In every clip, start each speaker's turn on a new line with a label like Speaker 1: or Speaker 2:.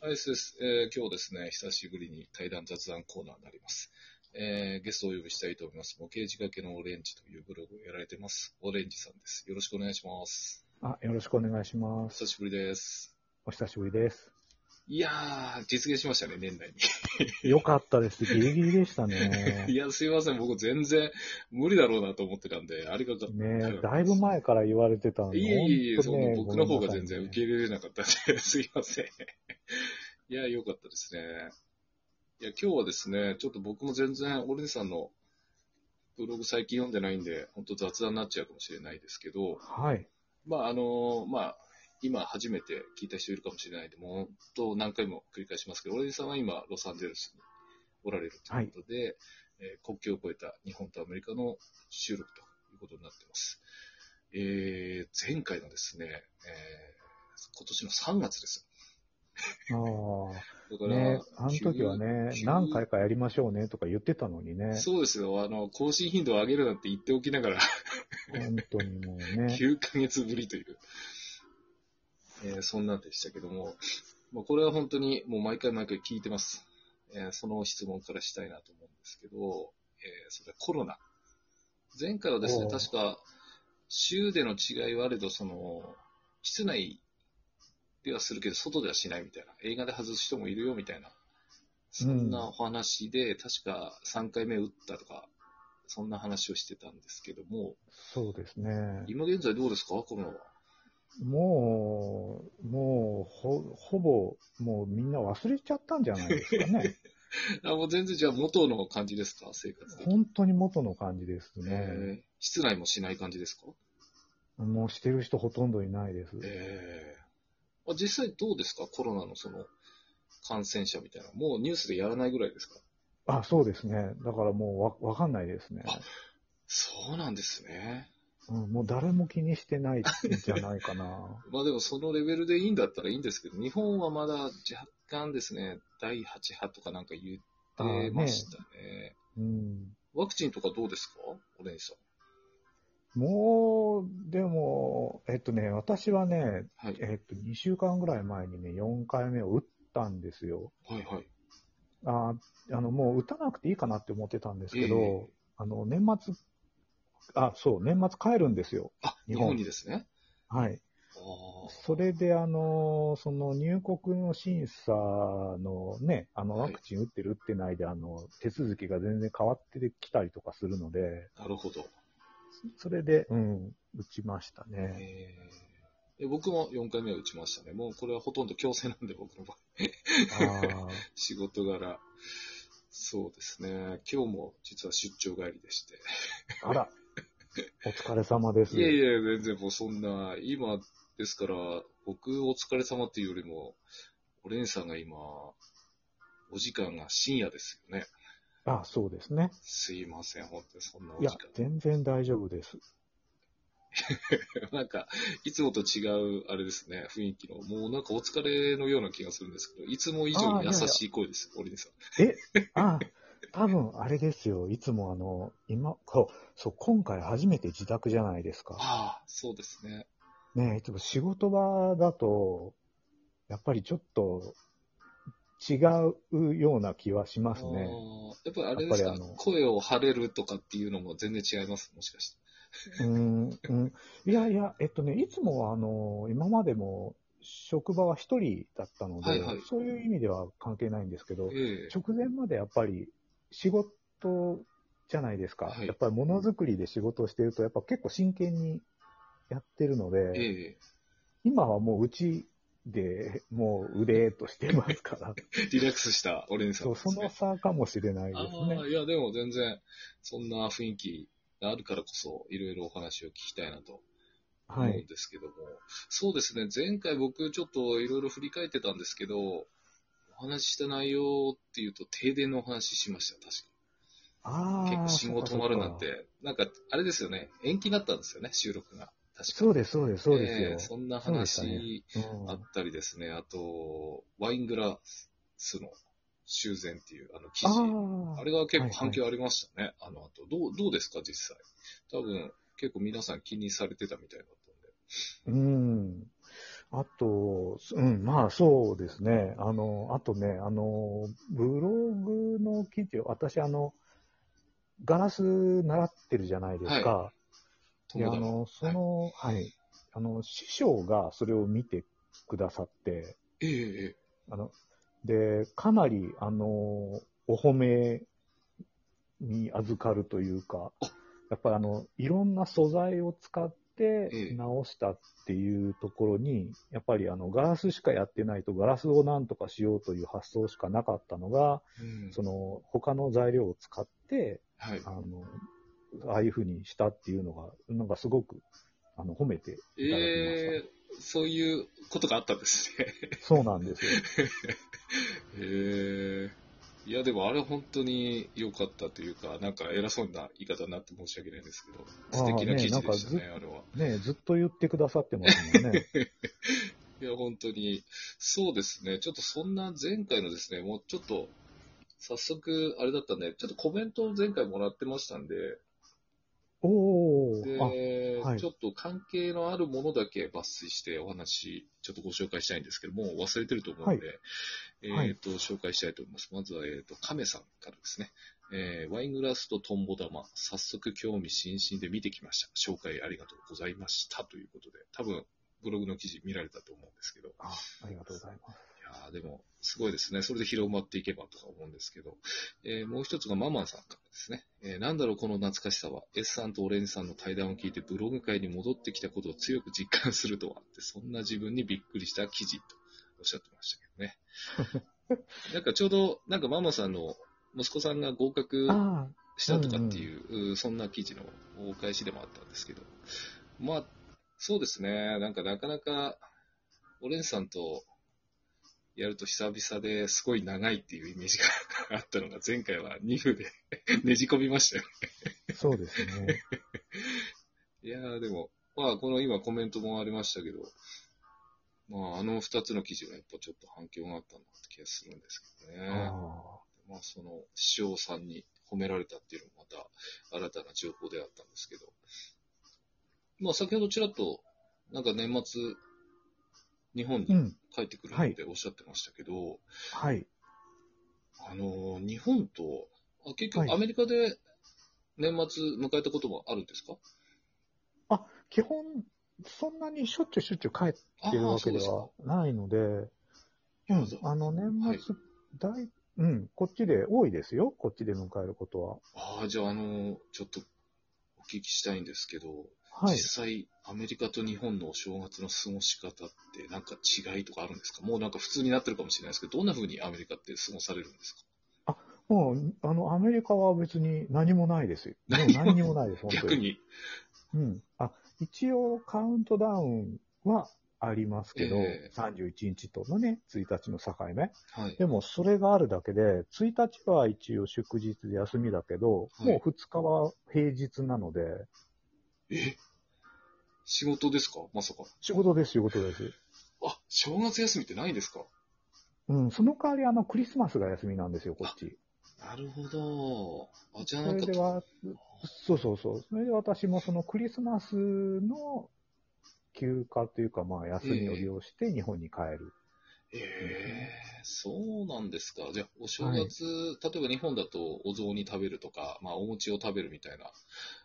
Speaker 1: はい、そうです。えー今日ですね、久しぶりに対談雑談コーナーになります。えーゲストをお呼びしたいと思います。模型仕掛けのオレンジというブログをやられてます。オレンジさんです。よろしくお願いします。
Speaker 2: あ、よろしくお願いしま
Speaker 1: お
Speaker 2: す。
Speaker 1: 久しぶりです。
Speaker 2: お久しぶりです。
Speaker 1: いやー、実現しましたね、年内
Speaker 2: よかったです。ギリギリでしたね
Speaker 1: に。い。や、すいません、僕全然無理だろうなと思ってたんで、あれが、
Speaker 2: ねだいぶ前から言われてたの
Speaker 1: いえいえいえ、
Speaker 2: 本当
Speaker 1: そん
Speaker 2: ね
Speaker 1: な僕の方が全
Speaker 2: ご
Speaker 1: 然
Speaker 2: めん
Speaker 1: 受け
Speaker 2: なさ
Speaker 1: 入
Speaker 2: いね
Speaker 1: れれなかったんで、 すいません。いや、良かったですね。いや、今日はですね、ちょっと僕も全然、オレンジさんのブログ最近読んでないんで、本当雑談になっちゃうかもしれないですけど、
Speaker 2: はい。
Speaker 1: まあ、あの、まあ、今初めて聞いた人いるかもしれないんで、もう本当何回も繰り返しますけど、オレンジさんは今、ロサンゼルスにおられるということで、えー国境を越えた日本とアメリカの収録ということになっています。えー前回のですね、えー今年の3月です。
Speaker 2: あ
Speaker 1: だか
Speaker 2: あ、
Speaker 1: ら、
Speaker 2: ねあの時はね、
Speaker 1: 急に
Speaker 2: 何回かやりましょうねとか言ってたのにね。
Speaker 1: そうですよ、あの、更新頻度を上げるなんて言っておきながら、
Speaker 2: 本当にもう ね。
Speaker 1: 9ヶ月ぶりという、えーそんなんでしたけども、まあ、これは本当にもう毎回毎回聞いてます。えーその質問からしたいなと思うんですけど、えーそれはコロナ。前回はですね、
Speaker 2: おう
Speaker 1: 確か、州での違いはあれど、その、室内ではするけど、外ではしないみたいな、映画で外す人もいるよみたいな、そんなお話で、確か3回目打ったとか、そんな話をしてたんですけども、
Speaker 2: そうですね。
Speaker 1: 今現在どうですか、コロナは。
Speaker 2: もう、もう、ほ、ほぼ、もうみんな忘れちゃったんじゃないです かね。
Speaker 1: あもう全然じゃあ元の感じですか、生活で。
Speaker 2: 本当に元の感じですね。
Speaker 1: えー室内もしない感じですか
Speaker 2: もうしてる人ほとんどいないです。
Speaker 1: ええあ実際どうですかコロナのその感染者みたいな。もうニュースでやらないぐらいですか
Speaker 2: あ、そうですね。だからもうわわかんないですね。
Speaker 1: そうなんですね。
Speaker 2: うん、もう誰も気にしてないんじゃないか な。
Speaker 1: まあでもそのレベルでいいんだったらいいんですけど、日本はまだ若干ですね、第8波とかなんか言
Speaker 2: あー
Speaker 1: ってましたね。
Speaker 2: うん、
Speaker 1: ワクチンとかどうですかオレンジさ
Speaker 2: もう、でも、えっとね、私はね、
Speaker 1: ん。はい。
Speaker 2: えっと、2週間ぐらい前にね、4回目を打ったんですよ。
Speaker 1: はいはい。
Speaker 2: ああの、もう打たなくていいかなって思ってたんですけど、
Speaker 1: ええ
Speaker 2: あの、年末、あ、そう、年末帰るんですよ。
Speaker 1: あ、日
Speaker 2: 日本
Speaker 1: 本にですね。
Speaker 2: はい。
Speaker 1: ああ。
Speaker 2: それで、あの、その入国の審査のね、あの、
Speaker 1: は
Speaker 2: ワ
Speaker 1: い
Speaker 2: クチン打ってる打ってないで、あの、手続きが全然変わってきたりとかするので、
Speaker 1: なるほど。
Speaker 2: それで、うん、打ちまし たね。
Speaker 1: えーえ僕も4回目は打ちましたね。もうこれはほとんど強制なんで、僕の場合。
Speaker 2: あ
Speaker 1: 仕事柄。そうですね。今日も実は出張帰りでして。
Speaker 2: ーあら、お疲れ様です。
Speaker 1: いやいや、全然もうそんな、今ですから、僕お疲れ様っていうよりも、オレンジさんが今、お時間が深夜ですよね。
Speaker 2: あ、そうですね。
Speaker 1: すいません、本当にそんなお
Speaker 2: いや
Speaker 1: 時間、。
Speaker 2: 全然大丈夫です。
Speaker 1: なんか、いつもと違う、あれですね、雰囲気の、もうなんかお疲れのような気がするんですけど、いつも以上に優しい声です、オレンジさん。
Speaker 2: あ、多分あれですよ。いつもあの、今、そう、そう今回初めて自宅じゃないですか。
Speaker 1: ああ、そうですね。
Speaker 2: ねえ、いつも仕事場だと、やっぱりちょっと違うような気はします
Speaker 1: あ
Speaker 2: ね。
Speaker 1: ーやっぱりあれです
Speaker 2: や
Speaker 1: か
Speaker 2: っぱりあの、
Speaker 1: 声を張れるとかっていうのも全然違います、もしかして。
Speaker 2: うん、うん。いやいや、えっとね、いつもはあの、今までも職場は一人だったので、
Speaker 1: はいはい
Speaker 2: そういう意味では関係ないんですけど、
Speaker 1: ええ
Speaker 2: 直前までやっぱり仕事じゃないですか。
Speaker 1: はい
Speaker 2: やっぱりものづくりで仕事をしてると、やっぱ結構真剣にやってるので、
Speaker 1: え
Speaker 2: 今はもううちでもう腕としてますから。
Speaker 1: え リラックスしたオレンジさん
Speaker 2: そう、
Speaker 1: です
Speaker 2: そ
Speaker 1: ね。
Speaker 2: の差かもしれないで
Speaker 1: あ
Speaker 2: すね
Speaker 1: あ、。いや、でも全然、そんな雰囲気があるからこそ、いろいろお話を聞きたいなと思
Speaker 2: は
Speaker 1: うん
Speaker 2: い。
Speaker 1: ですけども、そうですね、前回僕ちょっといろいろ振り返ってたんですけど、お話しした内容っていうと、停電のお話しました、確か。
Speaker 2: ああ。
Speaker 1: 結構信号止まるなん
Speaker 2: そっか
Speaker 1: て、なんか、あれですよね、延期になったんですよね、収録が。確か
Speaker 2: そっか。そうです、そうです、そうですよ
Speaker 1: ええ。そんな
Speaker 2: そうでした
Speaker 1: 話
Speaker 2: うん
Speaker 1: あったりですね、あと、ワイングラスの修繕っていうあの記事、
Speaker 2: あ
Speaker 1: あ
Speaker 2: あ。
Speaker 1: れが結構反響ありましたね、あの後どう。どうですか、実際。多分、結構皆さん気にされてたみたいだったんで。
Speaker 2: うん。あと、すうん、まあそうですね。あの、あとね、あの、ブログの記事を、私あの、ガラス習ってるじゃないですか。で、あ
Speaker 1: 友田の。
Speaker 2: の、その、はい、あの、師匠がそれを見てくださって、
Speaker 1: ええええ
Speaker 2: あの、で、かなり、あの、お褒めに預かるというか、やっぱりあの、いろんな素材を使っ
Speaker 1: え
Speaker 2: て
Speaker 1: え
Speaker 2: 直したっていうところに、やっぱりあの、ガラスしかやってないと、ガラスをなんとかしようという発想しかなかったのが、
Speaker 1: うん
Speaker 2: その、他の材料を使って、
Speaker 1: はい。
Speaker 2: あの、ああいうふうにしたっていうのが、なんかすごく、あの、褒めていただきました。
Speaker 1: ええそういうことがあったんですね。
Speaker 2: そうなんですよ。
Speaker 1: へえいや、でもあれ本当に良かったというか、なんか偉そうな言い方になって申し訳ないですけど、素敵な記事でしたね、
Speaker 2: あ
Speaker 1: あれは。
Speaker 2: ねずっと言ってくださってますも んね。
Speaker 1: いや、本当に、そうですね、ちょっとそんな前回のですね、もうちょっと、早速、あれだったんで、ちょっとコメントを前回もらってましたんで、
Speaker 2: おお、あ、
Speaker 1: で、
Speaker 2: はい
Speaker 1: ちょっと関係のあるものだけ抜粋してお話、ちょっとご紹介したいんですけども、忘れてると思うので、
Speaker 2: はい
Speaker 1: えっ、と、紹介したいと思います。まずは、えっ、と、亀さんからですね。えーワイングラスとトンボ玉、早速興味津々で見てきました。紹介ありがとうございました。ということで、多分、ブログの記事見られたと思うんですけど、い
Speaker 2: あありがとうございます。
Speaker 1: やーでも、すごいですね。それで広まっていけばとか思うんですけど、えーもう一つがママンさんからですね。えーなんだろう、この懐かしさは。S さんとオレンジさんの対談を聞いてブログ界に戻ってきたことを強く実感するとはって、そんな自分にびっくりした記事とおっしゃってましたけどね。なんかちょうど、なんかママさんの息子さんが合格
Speaker 2: あ
Speaker 1: したとかっていう、うそんな記事のお返しでもあったんですけど、まあ、そうですね、なんかなかなか、オレンジさんとやると久々ですごい長いっていうイメージが あったのが、前回は2分で ねじ込みましたよ。
Speaker 2: あ、そうですね。
Speaker 1: いやー、でも、まあ、この今コメントもありましたけど、まあ、あの2つの記事がやっぱちょっと反響があったなって気がするんですけどね。
Speaker 2: あ
Speaker 1: まあ、その、師匠さんに褒められたっていうのもまた新たな情報であったんですけど、まあ、先ほどちらっと、なんか年末、日本
Speaker 2: あ、う
Speaker 1: に
Speaker 2: ん、
Speaker 1: 帰ってくるっておっしゃってましたけど、
Speaker 2: はい。
Speaker 1: あのー日本と、あ結局
Speaker 2: はい
Speaker 1: アメリカで年末迎えたこともあるんですか、
Speaker 2: 基本、そんなにしょっちゅうしょっちゅう帰ってる
Speaker 1: あ
Speaker 2: わ
Speaker 1: あ、そ
Speaker 2: け
Speaker 1: う
Speaker 2: で
Speaker 1: です
Speaker 2: は
Speaker 1: か。
Speaker 2: ないので、うんあの、年末、大、うん、こっちで多いですよ。こっちで迎えることは。
Speaker 1: ああ、じゃあ、あのーちょっとお聞きしたいんですけど、
Speaker 2: はい。
Speaker 1: 実際、アメリカと日本のお正月の過ごし方って、なんか違いとかあるんですかもうなんか普通になってるかもしれないですけど、どんな風にアメリカって過ごされるんですか
Speaker 2: もう、あの、アメリカは別に何もないですよ。もう何にもないです、本当
Speaker 1: 逆
Speaker 2: に。
Speaker 1: に。
Speaker 2: うん。あ、一応カウントダウンはありますけど、
Speaker 1: ええ
Speaker 2: 31日とのね、1日の境目。
Speaker 1: はい。
Speaker 2: でも、それがあるだけで、1日は一応祝日で休みだけど、
Speaker 1: はい
Speaker 2: もう2日は平日なので、
Speaker 1: え仕事ですかまさか。
Speaker 2: 仕事です、仕事です。
Speaker 1: あ、正月休みってないんですか
Speaker 2: うん、その代わり、あの、クリスマスが休みなんですよ、こっち。
Speaker 1: なるほど。あ、じゃあな
Speaker 2: そ
Speaker 1: ん
Speaker 2: れ
Speaker 1: か
Speaker 2: で、は、そうそうそう。それで私もそのクリスマスの休暇というか、まあ、休みを利用して日本に帰る。
Speaker 1: えー、そうなんですか。じゃあ、お正月、例えば日本だとお雑煮食べるとか、まあ、お餅を食べるみたいな、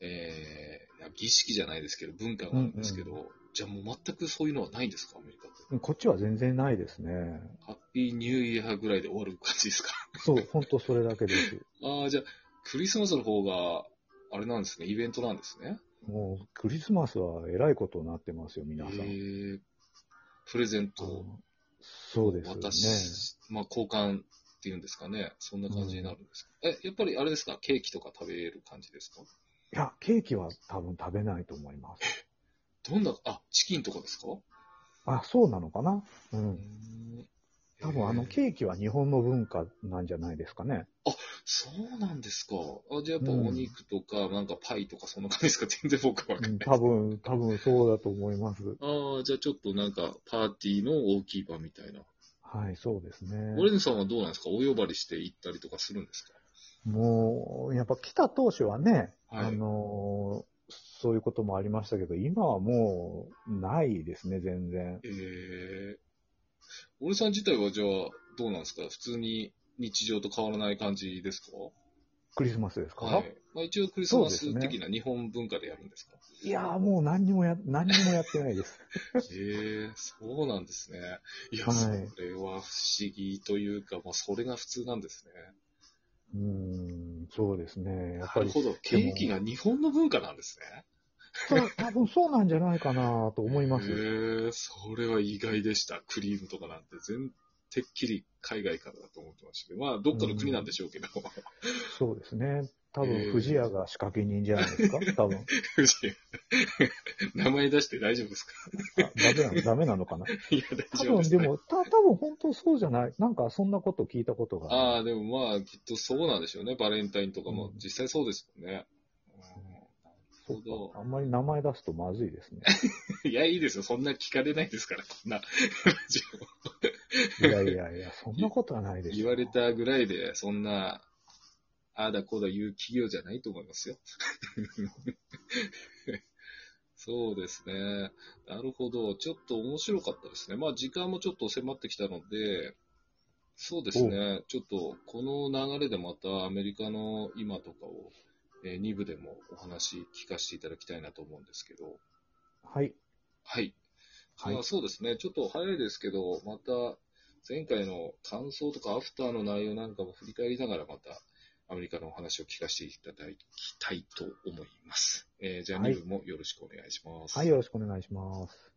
Speaker 1: えー、儀式じゃないですけど、文化があるんですけど、
Speaker 2: う
Speaker 1: じゃあもう全くそういうのはないんですか、アメリカって。
Speaker 2: うんこっちは全然ないですね。
Speaker 1: ハッピーニューイヤーぐらいで終わる感じですか。
Speaker 2: そう、本当それだけです。
Speaker 1: ああ、じゃあ、クリスマスの方が、あれなんですね、イベントなんですね。
Speaker 2: もう、クリスマスはえらいことになってますよ、皆さん。
Speaker 1: えープレゼン
Speaker 2: あ
Speaker 1: ト
Speaker 2: の
Speaker 1: を
Speaker 2: そうですよね。
Speaker 1: 私、まあ、交換っていうんですかね、そんな感じになるんですか。え、やっぱりあれですか、ケーキとか食べる感じですか
Speaker 2: いや、ケーキは多分食べないと思います。
Speaker 1: どんな、あ、チキンとかですか
Speaker 2: あ、そうなのかなう。
Speaker 1: うんん
Speaker 2: 多分あの
Speaker 1: えー
Speaker 2: ケーキは日本の文化なんじゃないですかね。
Speaker 1: そうなんですか。あじゃあやっぱお肉とか、なんかパイとかそんな感じですか全然僕わかんな
Speaker 2: う
Speaker 1: い。
Speaker 2: ん、多分、多分そうだと思います。
Speaker 1: ああ、じゃあちょっとなんかパーティーの大きい場みたいな。
Speaker 2: はい、そうですね。
Speaker 1: オレンジさんはどうなんですかお呼ばれして行ったりとかするんですか
Speaker 2: もう、やっぱ来た当初はね、
Speaker 1: はい
Speaker 2: あのーそういうこともありましたけど、今はもうないですね、全然。
Speaker 1: ええ俺さん自体はじゃあ、どうなんですか普通に日常と変わらない感じですか
Speaker 2: クリスマスですか、
Speaker 1: はい。まあ、一応クリスマ
Speaker 2: そう
Speaker 1: ス
Speaker 2: ですね
Speaker 1: 的な日本文化でやるん ですか
Speaker 2: い、やーもう何にもや、何にもやってないです。
Speaker 1: ええそうなんですね。いや、
Speaker 2: はい
Speaker 1: それは不思議というか、まあ、それが普通なんですね。
Speaker 2: うーん、そうですね。やっ
Speaker 1: な
Speaker 2: ぱ
Speaker 1: る
Speaker 2: り、
Speaker 1: ほど。ケーキが日本の文化なんですね。
Speaker 2: そう多分そうなんじゃないかなと思います。
Speaker 1: へえそれは意外でした。クリームとかなんて、全、てっきり海外からだと思ってましたけど、まあ、どっかの国なんでしょうけど、
Speaker 2: そうですね。多
Speaker 1: えー
Speaker 2: 分、藤屋が仕掛け人じゃないで すか多分。
Speaker 1: 夫人 名前出して大丈夫ですか
Speaker 2: あダメな の、ダメなのかない
Speaker 1: や、
Speaker 2: 多
Speaker 1: 大丈夫で
Speaker 2: 分、
Speaker 1: す、
Speaker 2: で
Speaker 1: ね。
Speaker 2: も、た、多分本当そうじゃない。なんか、そんなこと聞いたことが
Speaker 1: あ
Speaker 2: あ
Speaker 1: あ、でもまあ、きっとそうなんでしょうね。バレンタインとかも
Speaker 2: う、ん
Speaker 1: 実際そうですもんね。うんな
Speaker 2: そ
Speaker 1: るほ
Speaker 2: うか。あんまり名前出すとまずいですね。
Speaker 1: ど。いや、いいですよ。そんな聞かれないですから、こんな。
Speaker 2: いやいやいや、そんなことはないです。
Speaker 1: 言われ。たぐらいで、そんな、ああだこうだ言う企業じゃないと思いますよ。 そうですね。なるほど。ちょっと面白かったですね。まあ時間もちょっと迫ってきたので、そうですね。ちょっとこの流れでまたアメリカの今とかを、え2部でもお話聞かせていただきたいなと思うんですけど。
Speaker 2: はい。
Speaker 1: はい。
Speaker 2: はい
Speaker 1: じゃあそうですね。ちょっと早いですけど、また前回の感想とかアフターの内容なんかも振り返りながらまたアメリカのお話を聞かせていただきたいと思います。えーじゃあ
Speaker 2: はい
Speaker 1: 2部もよろしくお願いします。
Speaker 2: はい、よろしくお願いします。